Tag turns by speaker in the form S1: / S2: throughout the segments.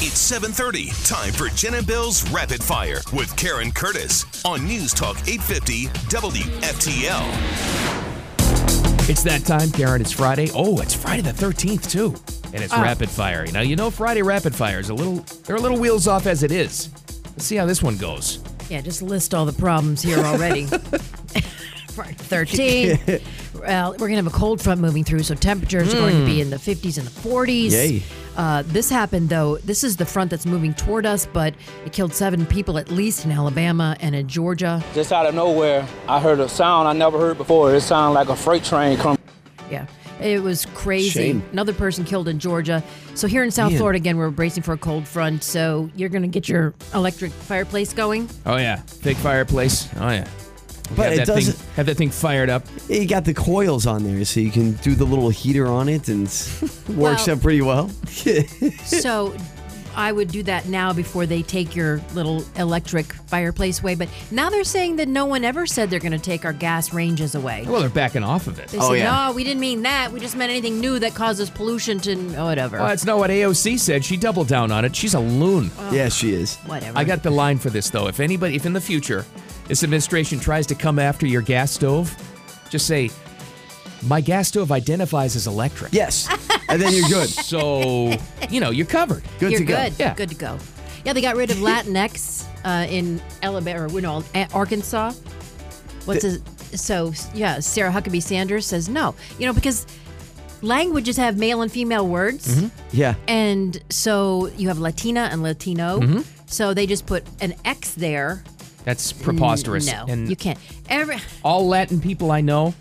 S1: It's 7:30. Time for Jen and Bill's Rapid Fire with Karen Curtis on News Talk 850 WFTL.
S2: It's that time, Karen. It's Friday. Oh, it's Friday the 13th, too. And
S3: Ah.
S2: it's rapid fire. Now, you know Friday rapid fire is a little, they're a little wheels off as it is. Let's see how this one goes.
S4: Yeah, just list all the problems here already. Right, 13. well, we're going to have a cold front moving through, so temperatures are going to be in the 50s and the 40s.
S3: Hmm. Yay.
S4: Uh, this happened, though. This is the front that's moving toward us, but it killed seven people at least in Alabama and in Georgia.
S5: Just out of nowhere, I heard a sound I never heard before. It sounded like a freight train coming.
S4: Yeah. It was crazy.
S3: Shame.
S4: Another person killed in Georgia. So here in South Florida, again, we're bracing for a cold front. So you're going to get your electric fireplace going.
S2: Oh, yeah. Big fireplace. Oh, yeah.
S3: But
S2: have
S3: it
S2: that
S3: doesn't.
S2: Thing, have that thing fired up.
S3: You got the coils on there, so you can do the little heater on it, and it works
S4: Well-
S3: out pretty well.
S4: so I would do that now before they take your little electric fireplace away. But now they're saying that no one ever said they're going to take our gas ranges away.
S2: Well, they're backing off of it.
S4: They
S3: Oh,
S4: said,
S3: yeah.
S4: no, we didn't mean that. We just meant anything new that causes pollution to oh, whatever.
S2: Well, that's not what AOC said. She doubled down on it. She's a loon.
S4: oh.
S3: yeah, she is.
S4: whatever.
S2: I got the line for this, though. If anybody, if in the future this administration tries to come after your gas stove, just say, my gas stove identifies as electric.
S3: Yes, and then you're good.
S2: So, you know, you're covered.
S3: Good
S4: You're
S3: to
S4: good.
S3: go.
S2: Yeah.
S4: Good to go. Yeah, they got rid of Latinx uh, in Alabama, or no, A- Arkansas. What's his, so? Yeah, Sarah Huckabee Sanders says no. You know because languages have male and female words.
S3: Yeah.
S4: And so you have Latina and Latino.
S2: Mm-hmm.
S4: So they just put an X there.
S2: That's preposterous.
S4: No,
S2: and
S4: you can't. Every
S2: all Latin people I know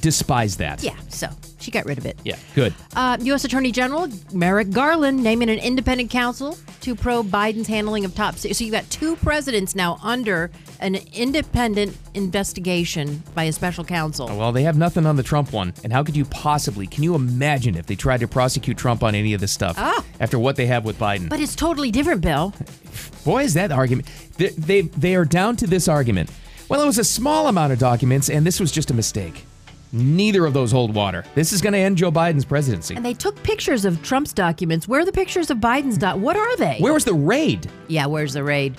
S2: despise that.
S4: yeah. So she got rid of it.
S2: Yeah. Good.
S4: Uh, U.S. Attorney General Merrick Garland naming an independent counsel to probe Biden's handling of top. se- So you got two presidents now under an independent investigation by a special counsel.
S2: Well, they have nothing on the Trump one. And how could you possibly, can you imagine if they tried to prosecute Trump on any of this stuff after what they have with Biden?
S4: Ah. But it's totally different, Bill.
S2: Boy, is that argument. They, they, they are down to this argument. Well, it was a small amount of documents, and this was just a mistake. Neither of those hold water. This is going to end Joe Biden's presidency.
S4: And they took pictures of Trump's documents. Where are the pictures of Biden's doc? What are they?
S2: Where was the raid?
S4: Yeah, where's the raid?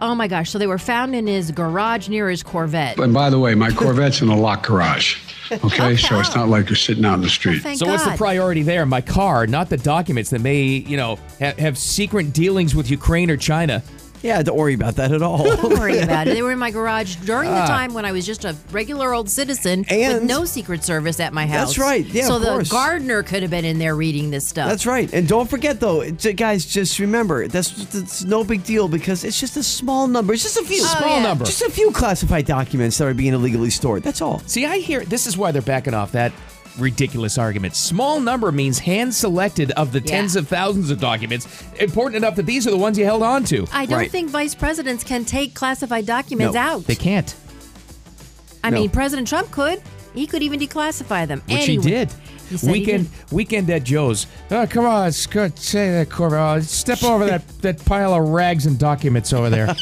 S4: Oh my gosh. So they were found in his garage near his Corvette.
S6: And by the way, my Corvette's in a locked garage. Okay, so it's not like you're sitting out in the street.
S4: Thank
S2: so
S4: God.
S2: what's the priority there? My car, not the documents that may, you know, ha- have secret dealings with Ukraine or China.
S3: Yeah, don't worry about that at all.
S4: Don't worry about it. They were in my garage during the time when I was just a regular old citizen with
S3: Ah. And-
S4: no Secret Service at my house.
S3: That's right. Yeah,
S4: So
S3: of
S4: the
S3: course.
S4: gardener could have been in there reading this stuff.
S3: That's right. And don't forget, though, j- guys, just remember that's, that's no big deal because it's just a small number. It's just a few.
S4: Oh,
S2: Small
S4: yeah.
S2: number.
S3: Just a few classified documents that are being illegally stored. That's all.
S2: See, I hear this is why they're backing off that ridiculous argument. Small number means hand selected of the
S4: Yeah.
S2: tens of thousands of documents, important enough that these are the ones you held on to.
S4: I don't
S3: Right.
S4: think vice presidents can take classified documents
S3: No,
S4: out.
S2: They can't.
S4: I
S3: no.
S4: mean, President Trump could. He could even declassify them.
S2: Which
S4: Anyway,
S2: he did.
S4: He said he
S2: Weekend,
S4: did.
S2: weekend at Joe's. Oh, come on, sc- say that, Corbin. Oh, step over that, that pile of rags and documents over there.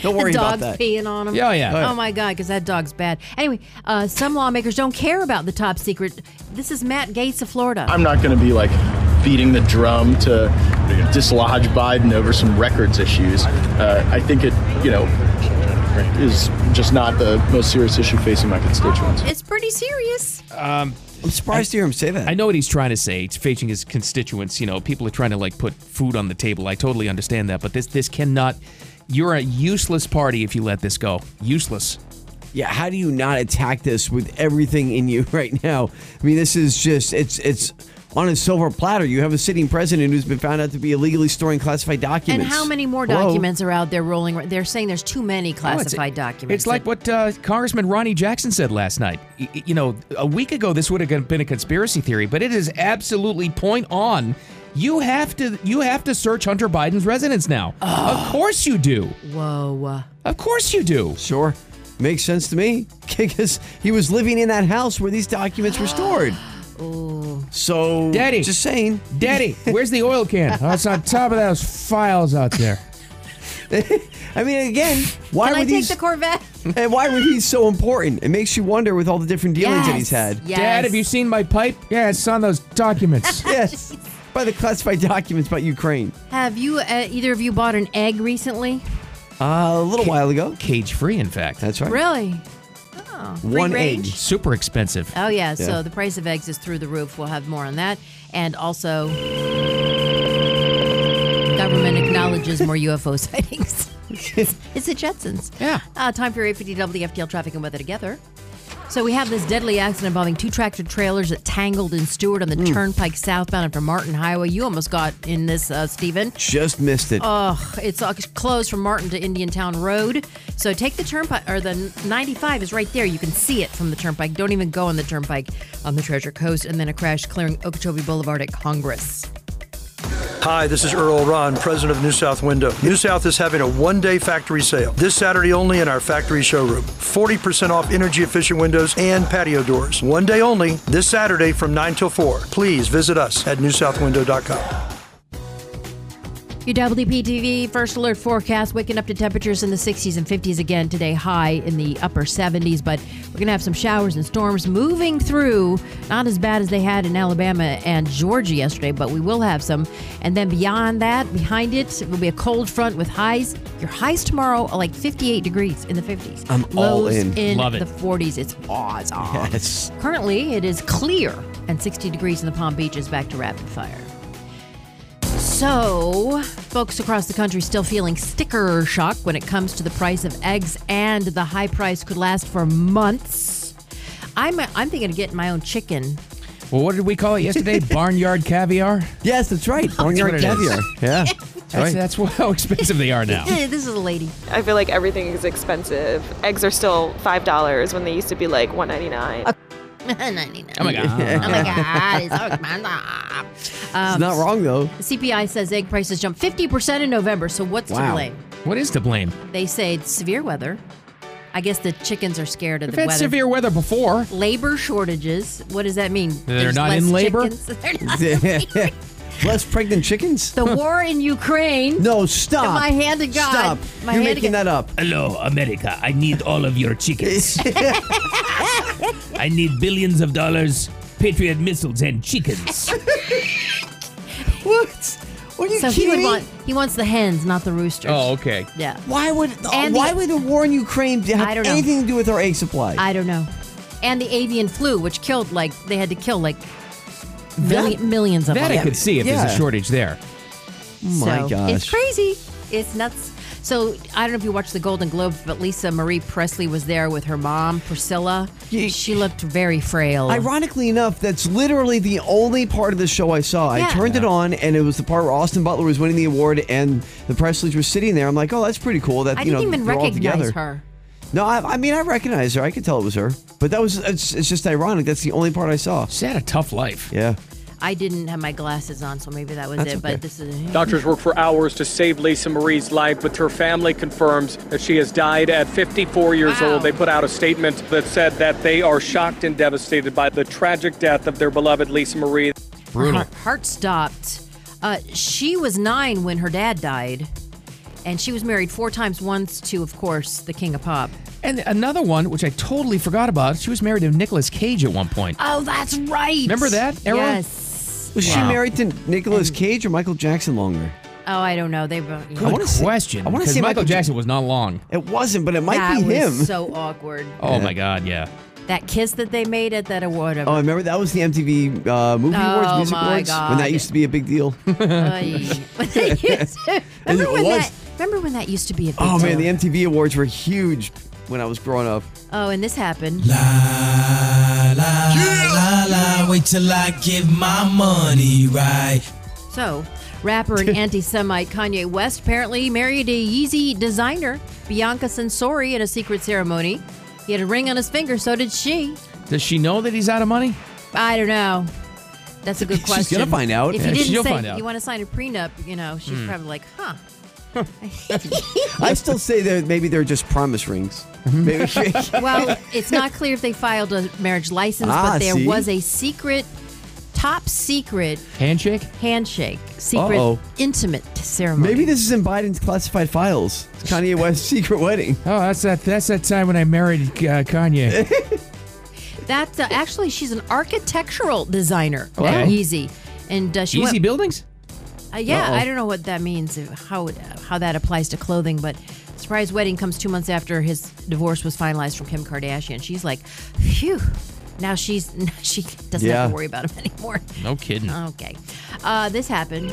S3: Don't worry
S4: the dog's
S3: about that.
S4: peeing on him.
S2: Yeah, yeah.
S4: Oh my god, because that dog's bad. Anyway, uh, some lawmakers don't care about the top secret. This is Matt Gates of Florida.
S7: I'm not going to be like beating the drum to dislodge Biden over some records issues. Uh, I think it, you know, is just not the most serious issue facing my constituents.
S4: it's pretty serious.
S3: I'm surprised to hear him say that.
S2: I know what he's trying to say. It's facing his constituents. You know, people are trying to like put food on the table. I totally understand that, but this this cannot. You're a useless party if you let this go. Useless.
S3: Yeah, how do you not attack this with everything in you right now? I mean, this is just it's it's on a silver platter. You have a sitting president who's been found out to be illegally storing classified
S4: And
S3: documents.
S4: how many more
S3: Hello?
S4: documents are out there rolling? ar- They're saying there's too many
S2: No,
S4: classified documents.
S2: It's Oh, like what uh, Congressman Ronnie Jackson said last night. Y- y- You know, a week ago this would have been a conspiracy theory, but it is absolutely point on. You have to you have to search Hunter Biden's residence now. Of course you do.
S4: Whoa.
S2: Of course you do.
S3: Sure, makes sense to me because he was living in that house where these documents were stored. So,
S2: Daddy.
S3: just saying,
S2: Daddy, where's the oil can? Oh, it's on top of those files out there.
S3: I mean, again, why
S4: Can
S3: were
S4: I take
S3: these
S4: the Corvette?
S3: and why were these so important? It makes you wonder with all the different dealings that he's
S4: Yes.
S3: had.
S4: Yes.
S2: Dad, have you seen my pipe? Yeah, it's on those documents.
S3: Yes. by the classified documents about Ukraine.
S4: Have you uh, either of you bought an egg recently?
S3: Uh, a little while ago.
S2: Cage free, in fact.
S3: That's right.
S4: Really? Oh, free
S3: One
S4: range?
S3: egg.
S2: super expensive.
S4: Oh yeah,
S3: Yeah.
S4: so the price of eggs is through the roof. We'll have more on that. And also government acknowledges more UFO sightings. it's the Jetsons.
S2: Yeah.
S4: Uh, time for 850 WFTL traffic and weather together. So we have this deadly accident involving two tractor trailers that tangled in Stewart on the turnpike southbound after Martin Highway. You almost got in this, uh, Stephen.
S3: Just missed it.
S4: Ugh, it's uh, closed from Martin to Indian Town Road. So take the turnpike, or the 95 is right there. You can see it from the turnpike. Don't even go on the turnpike on the Treasure Coast. And then a crash clearing Okeechobee Boulevard at Congress.
S8: Hi, this is Earl Ron, president of New South Window. New South is having a one day factory sale this Saturday only in our factory showroom. 40% off energy efficient windows and patio doors. One day only this Saturday from 9 till 4. Please visit us at newsouthwindow.com.
S4: Your WPTV first alert forecast waking up to temperatures in the 60s and 50s again today, high in the upper 70s. But we're going to have some showers and storms moving through, not as bad as they had in Alabama and Georgia yesterday, but we will have some. And then beyond that, behind it, it will be a cold front with highs. Your highs tomorrow are like 58 degrees in the 50s.
S3: I'm all
S4: Lows
S3: in.
S2: Love it.
S4: the 40s. It's awesome.
S3: Yes.
S4: Currently, it is clear and 60 degrees in the Palm Beaches. Back to rapid fire. So, folks across the country still feeling sticker shock when it comes to the price of eggs, and the high price could last for months. I'm I'm thinking of getting my own chicken.
S2: Well, what did we call it yesterday? Barnyard caviar?
S3: Yes, that's right. Barnyard
S2: what it is.
S3: caviar. Yeah. That's
S2: That's,
S3: right.
S2: that's how expensive they are now.
S4: Eh, This is a lady.
S9: I feel like everything is expensive. Eggs are still five dollars when they used to be like one ninety nine.
S4: Uh,
S2: Oh my
S4: 99.
S2: God.
S4: Oh my God! It's so expensive.
S3: It's
S4: Um,
S3: not wrong though.
S4: CPI says egg prices jumped 50% in November. So what's to
S3: Wow.
S4: blame?
S2: What is to blame?
S4: They say it's severe weather. I guess the chickens are scared of
S2: We've
S4: the
S2: had
S4: weather.
S2: severe weather before.
S4: labor shortages. What does that mean?
S2: They're
S4: There's
S2: not
S4: less
S2: in labor?
S4: chickens? They're not-
S3: Less pregnant chickens?
S4: the war in Ukraine.
S3: No, stop.
S4: My hand to God.
S3: Stop.
S4: My
S3: You're
S4: hand to
S3: making
S4: God.
S3: that up.
S2: Hello, America. I need all of your chickens. I need billions of dollars, Patriot missiles, and chickens.
S3: What? What are you
S4: So he
S3: kidding
S4: would
S3: me?
S4: want he wants the hens, not the roosters.
S2: oh, okay.
S4: yeah.
S3: Why would uh,
S4: And
S3: why
S4: the-
S3: would the war in Ukraine have
S4: I don't know.
S3: anything to do with our egg supply?
S4: I don't know. And the avian flu, which killed like they had to kill like milli- millions of
S2: That I
S4: them.
S2: could see if there's
S3: Yeah.
S2: a shortage there.
S3: Oh my
S4: so,
S3: gosh.
S4: It's crazy. It's nuts. So I don't know if you watched the Golden Globes, but Lisa Marie Presley was there with her mom, Priscilla.
S3: Ye-
S4: She looked very frail.
S3: Ironically enough, that's literally the only part of the show I saw.
S4: Yeah.
S3: I turned it on, and it was the part where Austin Butler was winning the award, and the Presleys were sitting there. I'm like, oh, that's pretty cool. That
S4: I
S3: you
S4: didn't
S3: know,
S4: even
S3: they're all
S4: recognize
S3: together.
S4: her.
S3: No, I, I mean, I recognized her. I could tell it was her, but that was it's, it's just ironic. That's the only part I saw.
S2: She had a tough life.
S3: Yeah,
S4: I didn't have my glasses on, so maybe that was
S3: That's
S4: it.
S3: okay.
S4: But this is
S10: Doctors worked for hours to save Lisa Marie's life, but her family confirms that she has died at 54 years
S4: Wow.
S10: old. They put out a statement that said that they are shocked and devastated by the tragic death of their beloved Lisa Marie.
S2: Brutal.
S4: Her heart stopped. Uh, she was nine when her dad died, and she was married four times. Once to, of course, the King of Pop.
S2: And another one, which I totally forgot about, she was married to Nicolas Cage at one point.
S3: Uh,
S4: Oh, that's right.
S2: Remember that era?
S4: Yes.
S3: was she
S2: Wow.
S3: married to Nicolas Cage or Michael Jackson longer?
S4: Oh, I don't know. They were.
S2: Good
S3: wanna say-
S2: question.
S3: I wanna
S2: because
S3: say
S2: Michael
S3: Michael J-
S2: Jackson was not long.
S3: It wasn't, but it might
S4: that
S3: be
S4: was
S3: him.
S4: so awkward.
S2: Oh my God, yeah.
S4: That kiss that they made at that uh, award.
S3: Oh, I remember that was the MTV uh, Movie Awards,
S4: Oh,
S3: Music
S4: my
S3: Awards,
S4: God.
S3: when that used to be a big deal.
S4: remember
S3: It
S4: when
S3: was.
S4: that? Remember when that used to be a big
S3: oh man, the
S4: deal?
S3: MTV Awards were huge when I was growing up.
S4: oh, and this happened.
S11: Wait till I get my money right.
S4: So, rapper and anti Semite Kanye West apparently married a Yeezy designer, Bianca Sensori, at a secret ceremony. He had a ring on his finger, so did she.
S2: Does she know that he's out of money?
S4: I don't know. That's a good
S3: She's
S4: question.
S3: gonna find out. Hmm.
S4: If
S3: Yeah,
S4: you didn't
S2: she'll
S4: say
S2: find out.
S4: you want to sign a prenup, you know, she's probably like, huh.
S3: I still say that maybe they're just promise rings. Maybe
S4: Well, it's not clear if they filed a marriage license,
S3: Ah,
S4: but there
S3: see?
S4: was a secret, top secret
S2: Handshake?
S4: handshake, secret
S3: Uh-oh.
S4: intimate ceremony.
S3: maybe this is in Biden's classified files. It's Kanye West's secret wedding.
S2: Oh, that's that. That's that time when I married uh, Kanye.
S4: That's uh, actually she's an architectural designer
S2: Okay.
S4: at Yeezy, And uh, she
S2: Easy
S4: went-
S2: buildings?
S4: Uh, yeah,
S2: Uh-oh.
S4: I don't know what that means, uh, how how that applies to clothing, but surprise wedding comes two months after his divorce was finalized from Kim Kardashian. She's like, phew. Now she's now she doesn't have
S2: Yeah.
S4: to worry about him anymore.
S2: No kidding.
S4: Okay, uh, this happened.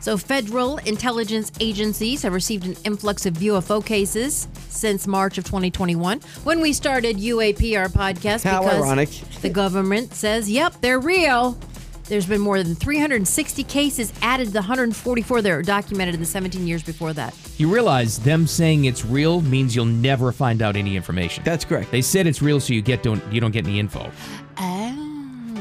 S4: So, federal intelligence agencies have received an influx of UFO cases since March of 2021 when we started UAP, our podcast.
S3: How
S4: because
S3: ironic.
S4: The government says, yep, they're real. There's been more than 360 cases added to the 144 that were documented in the 17 years before that.
S2: You realize them saying it's real means you'll never find out any information. That's
S3: correct.
S2: They said it's real, so you get don't you don't get any info.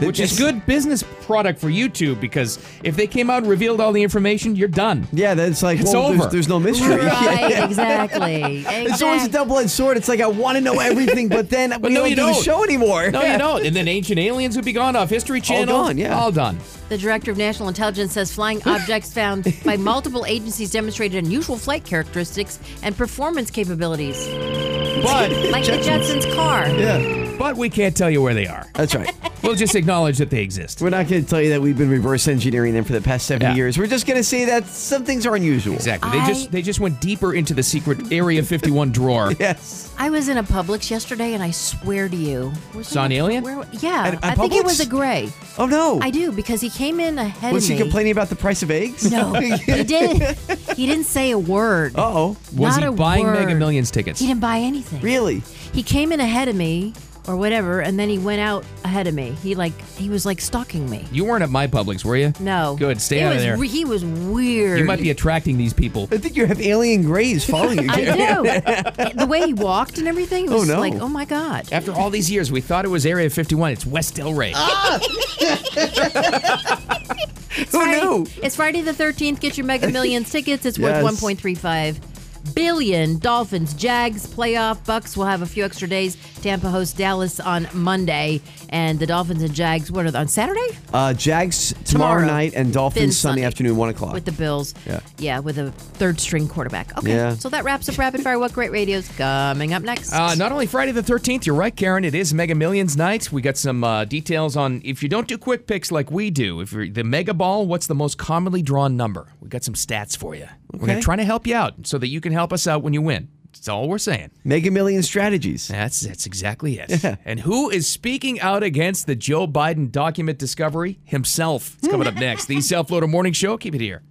S2: Which is
S3: That's-
S2: good business product for YouTube because if they came out and revealed all the information, you're done.
S3: Yeah, that's like
S2: it's
S3: well,
S2: over.
S3: there's- there's no mystery.
S4: Right, exactly.
S3: It's always a
S4: Exact-
S3: double-edged sword. It's like I want to know everything, but then
S2: But
S3: we
S2: no,
S3: don't
S2: you
S3: do the
S2: don't.
S3: show anymore.
S2: No, you don't. And then Ancient Aliens would be gone off History Channel.
S3: gone, yeah.
S2: All done.
S4: The director of national intelligence says flying objects found by multiple agencies demonstrated unusual flight characteristics and performance capabilities.
S2: But
S4: Like the Jetsons car.
S2: Yeah. But we can't tell you where they are.
S3: That's right.
S2: we'll just acknowledge that they exist.
S3: We're not going to tell you that we've been reverse engineering them for the past 70
S2: Yeah.
S3: years. We're just going to say that some things are unusual.
S2: Exactly. They just they just went deeper into the secret Area 51 drawer.
S3: yes.
S4: I was in a Publix yesterday, and I swear to you, was
S2: Saw an
S4: it-
S2: alien?
S4: where- yeah,
S2: At- at
S4: I think it
S2: Publix?
S4: was a gray.
S3: Oh no!
S4: I do because he came in ahead
S3: Was
S4: of
S3: he
S4: me.
S3: complaining about the price of eggs?
S4: No, he didn't. He didn't say a word.
S3: Uh oh.
S2: Was
S4: Not
S2: he
S4: a
S2: buying Mega
S4: word.
S2: Millions tickets?
S4: He didn't buy anything.
S3: Really?
S4: He came in ahead of me, or whatever, and then he went out ahead of me. He like he was like stalking me.
S2: You weren't at my Publix, were you?
S4: No.
S2: Good. Stay
S4: It
S2: out of
S4: was
S2: there.
S4: re- he was weird.
S2: you might be attracting these people.
S3: I think you have alien grays following you.
S4: I
S3: Gary.
S4: do. the way he walked and everything it
S2: Oh,
S4: was
S2: no.
S4: like, oh my god.
S2: After all these years, we thought it was Area 51. It's West Delray.
S4: Who knew? It's Friday the 13th. Get your Mega Millions tickets. It's
S2: Yes.
S4: worth 1.35 billion. Dolphins, Jags, playoff. Bucks will have a few extra days. Tampa hosts Dallas on Monday, and the Dolphins and Jags. What are they on Saturday?
S3: Uh, Jags tomorrow,
S4: Tomorrow.
S3: night and
S4: Then
S3: Dolphins Sunday
S4: Sunday.
S3: afternoon, 1 o'clock.
S4: With the Bills.
S3: Yeah.
S4: Yeah, with a third string quarterback. Okay.
S3: Yeah.
S4: So that wraps up Rapid Fire. What great radio's coming up next?
S2: Uh, not only Friday the 13th, you're right, Karen. It is Mega Millions night. We got some uh, details on if you don't do quick picks like we do, if you're the Mega Ball, what's the most commonly drawn number? We got some stats for you. We're gonna,
S3: Okay.
S2: trying to help you out so that you can help us out when you win. That's all we're saying.
S3: Mega Million strategies.
S2: That's that's exactly it. And who is speaking out against the Joe Biden document discovery? Himself. It's coming up next. The Self Loader Morning Show. Keep it here.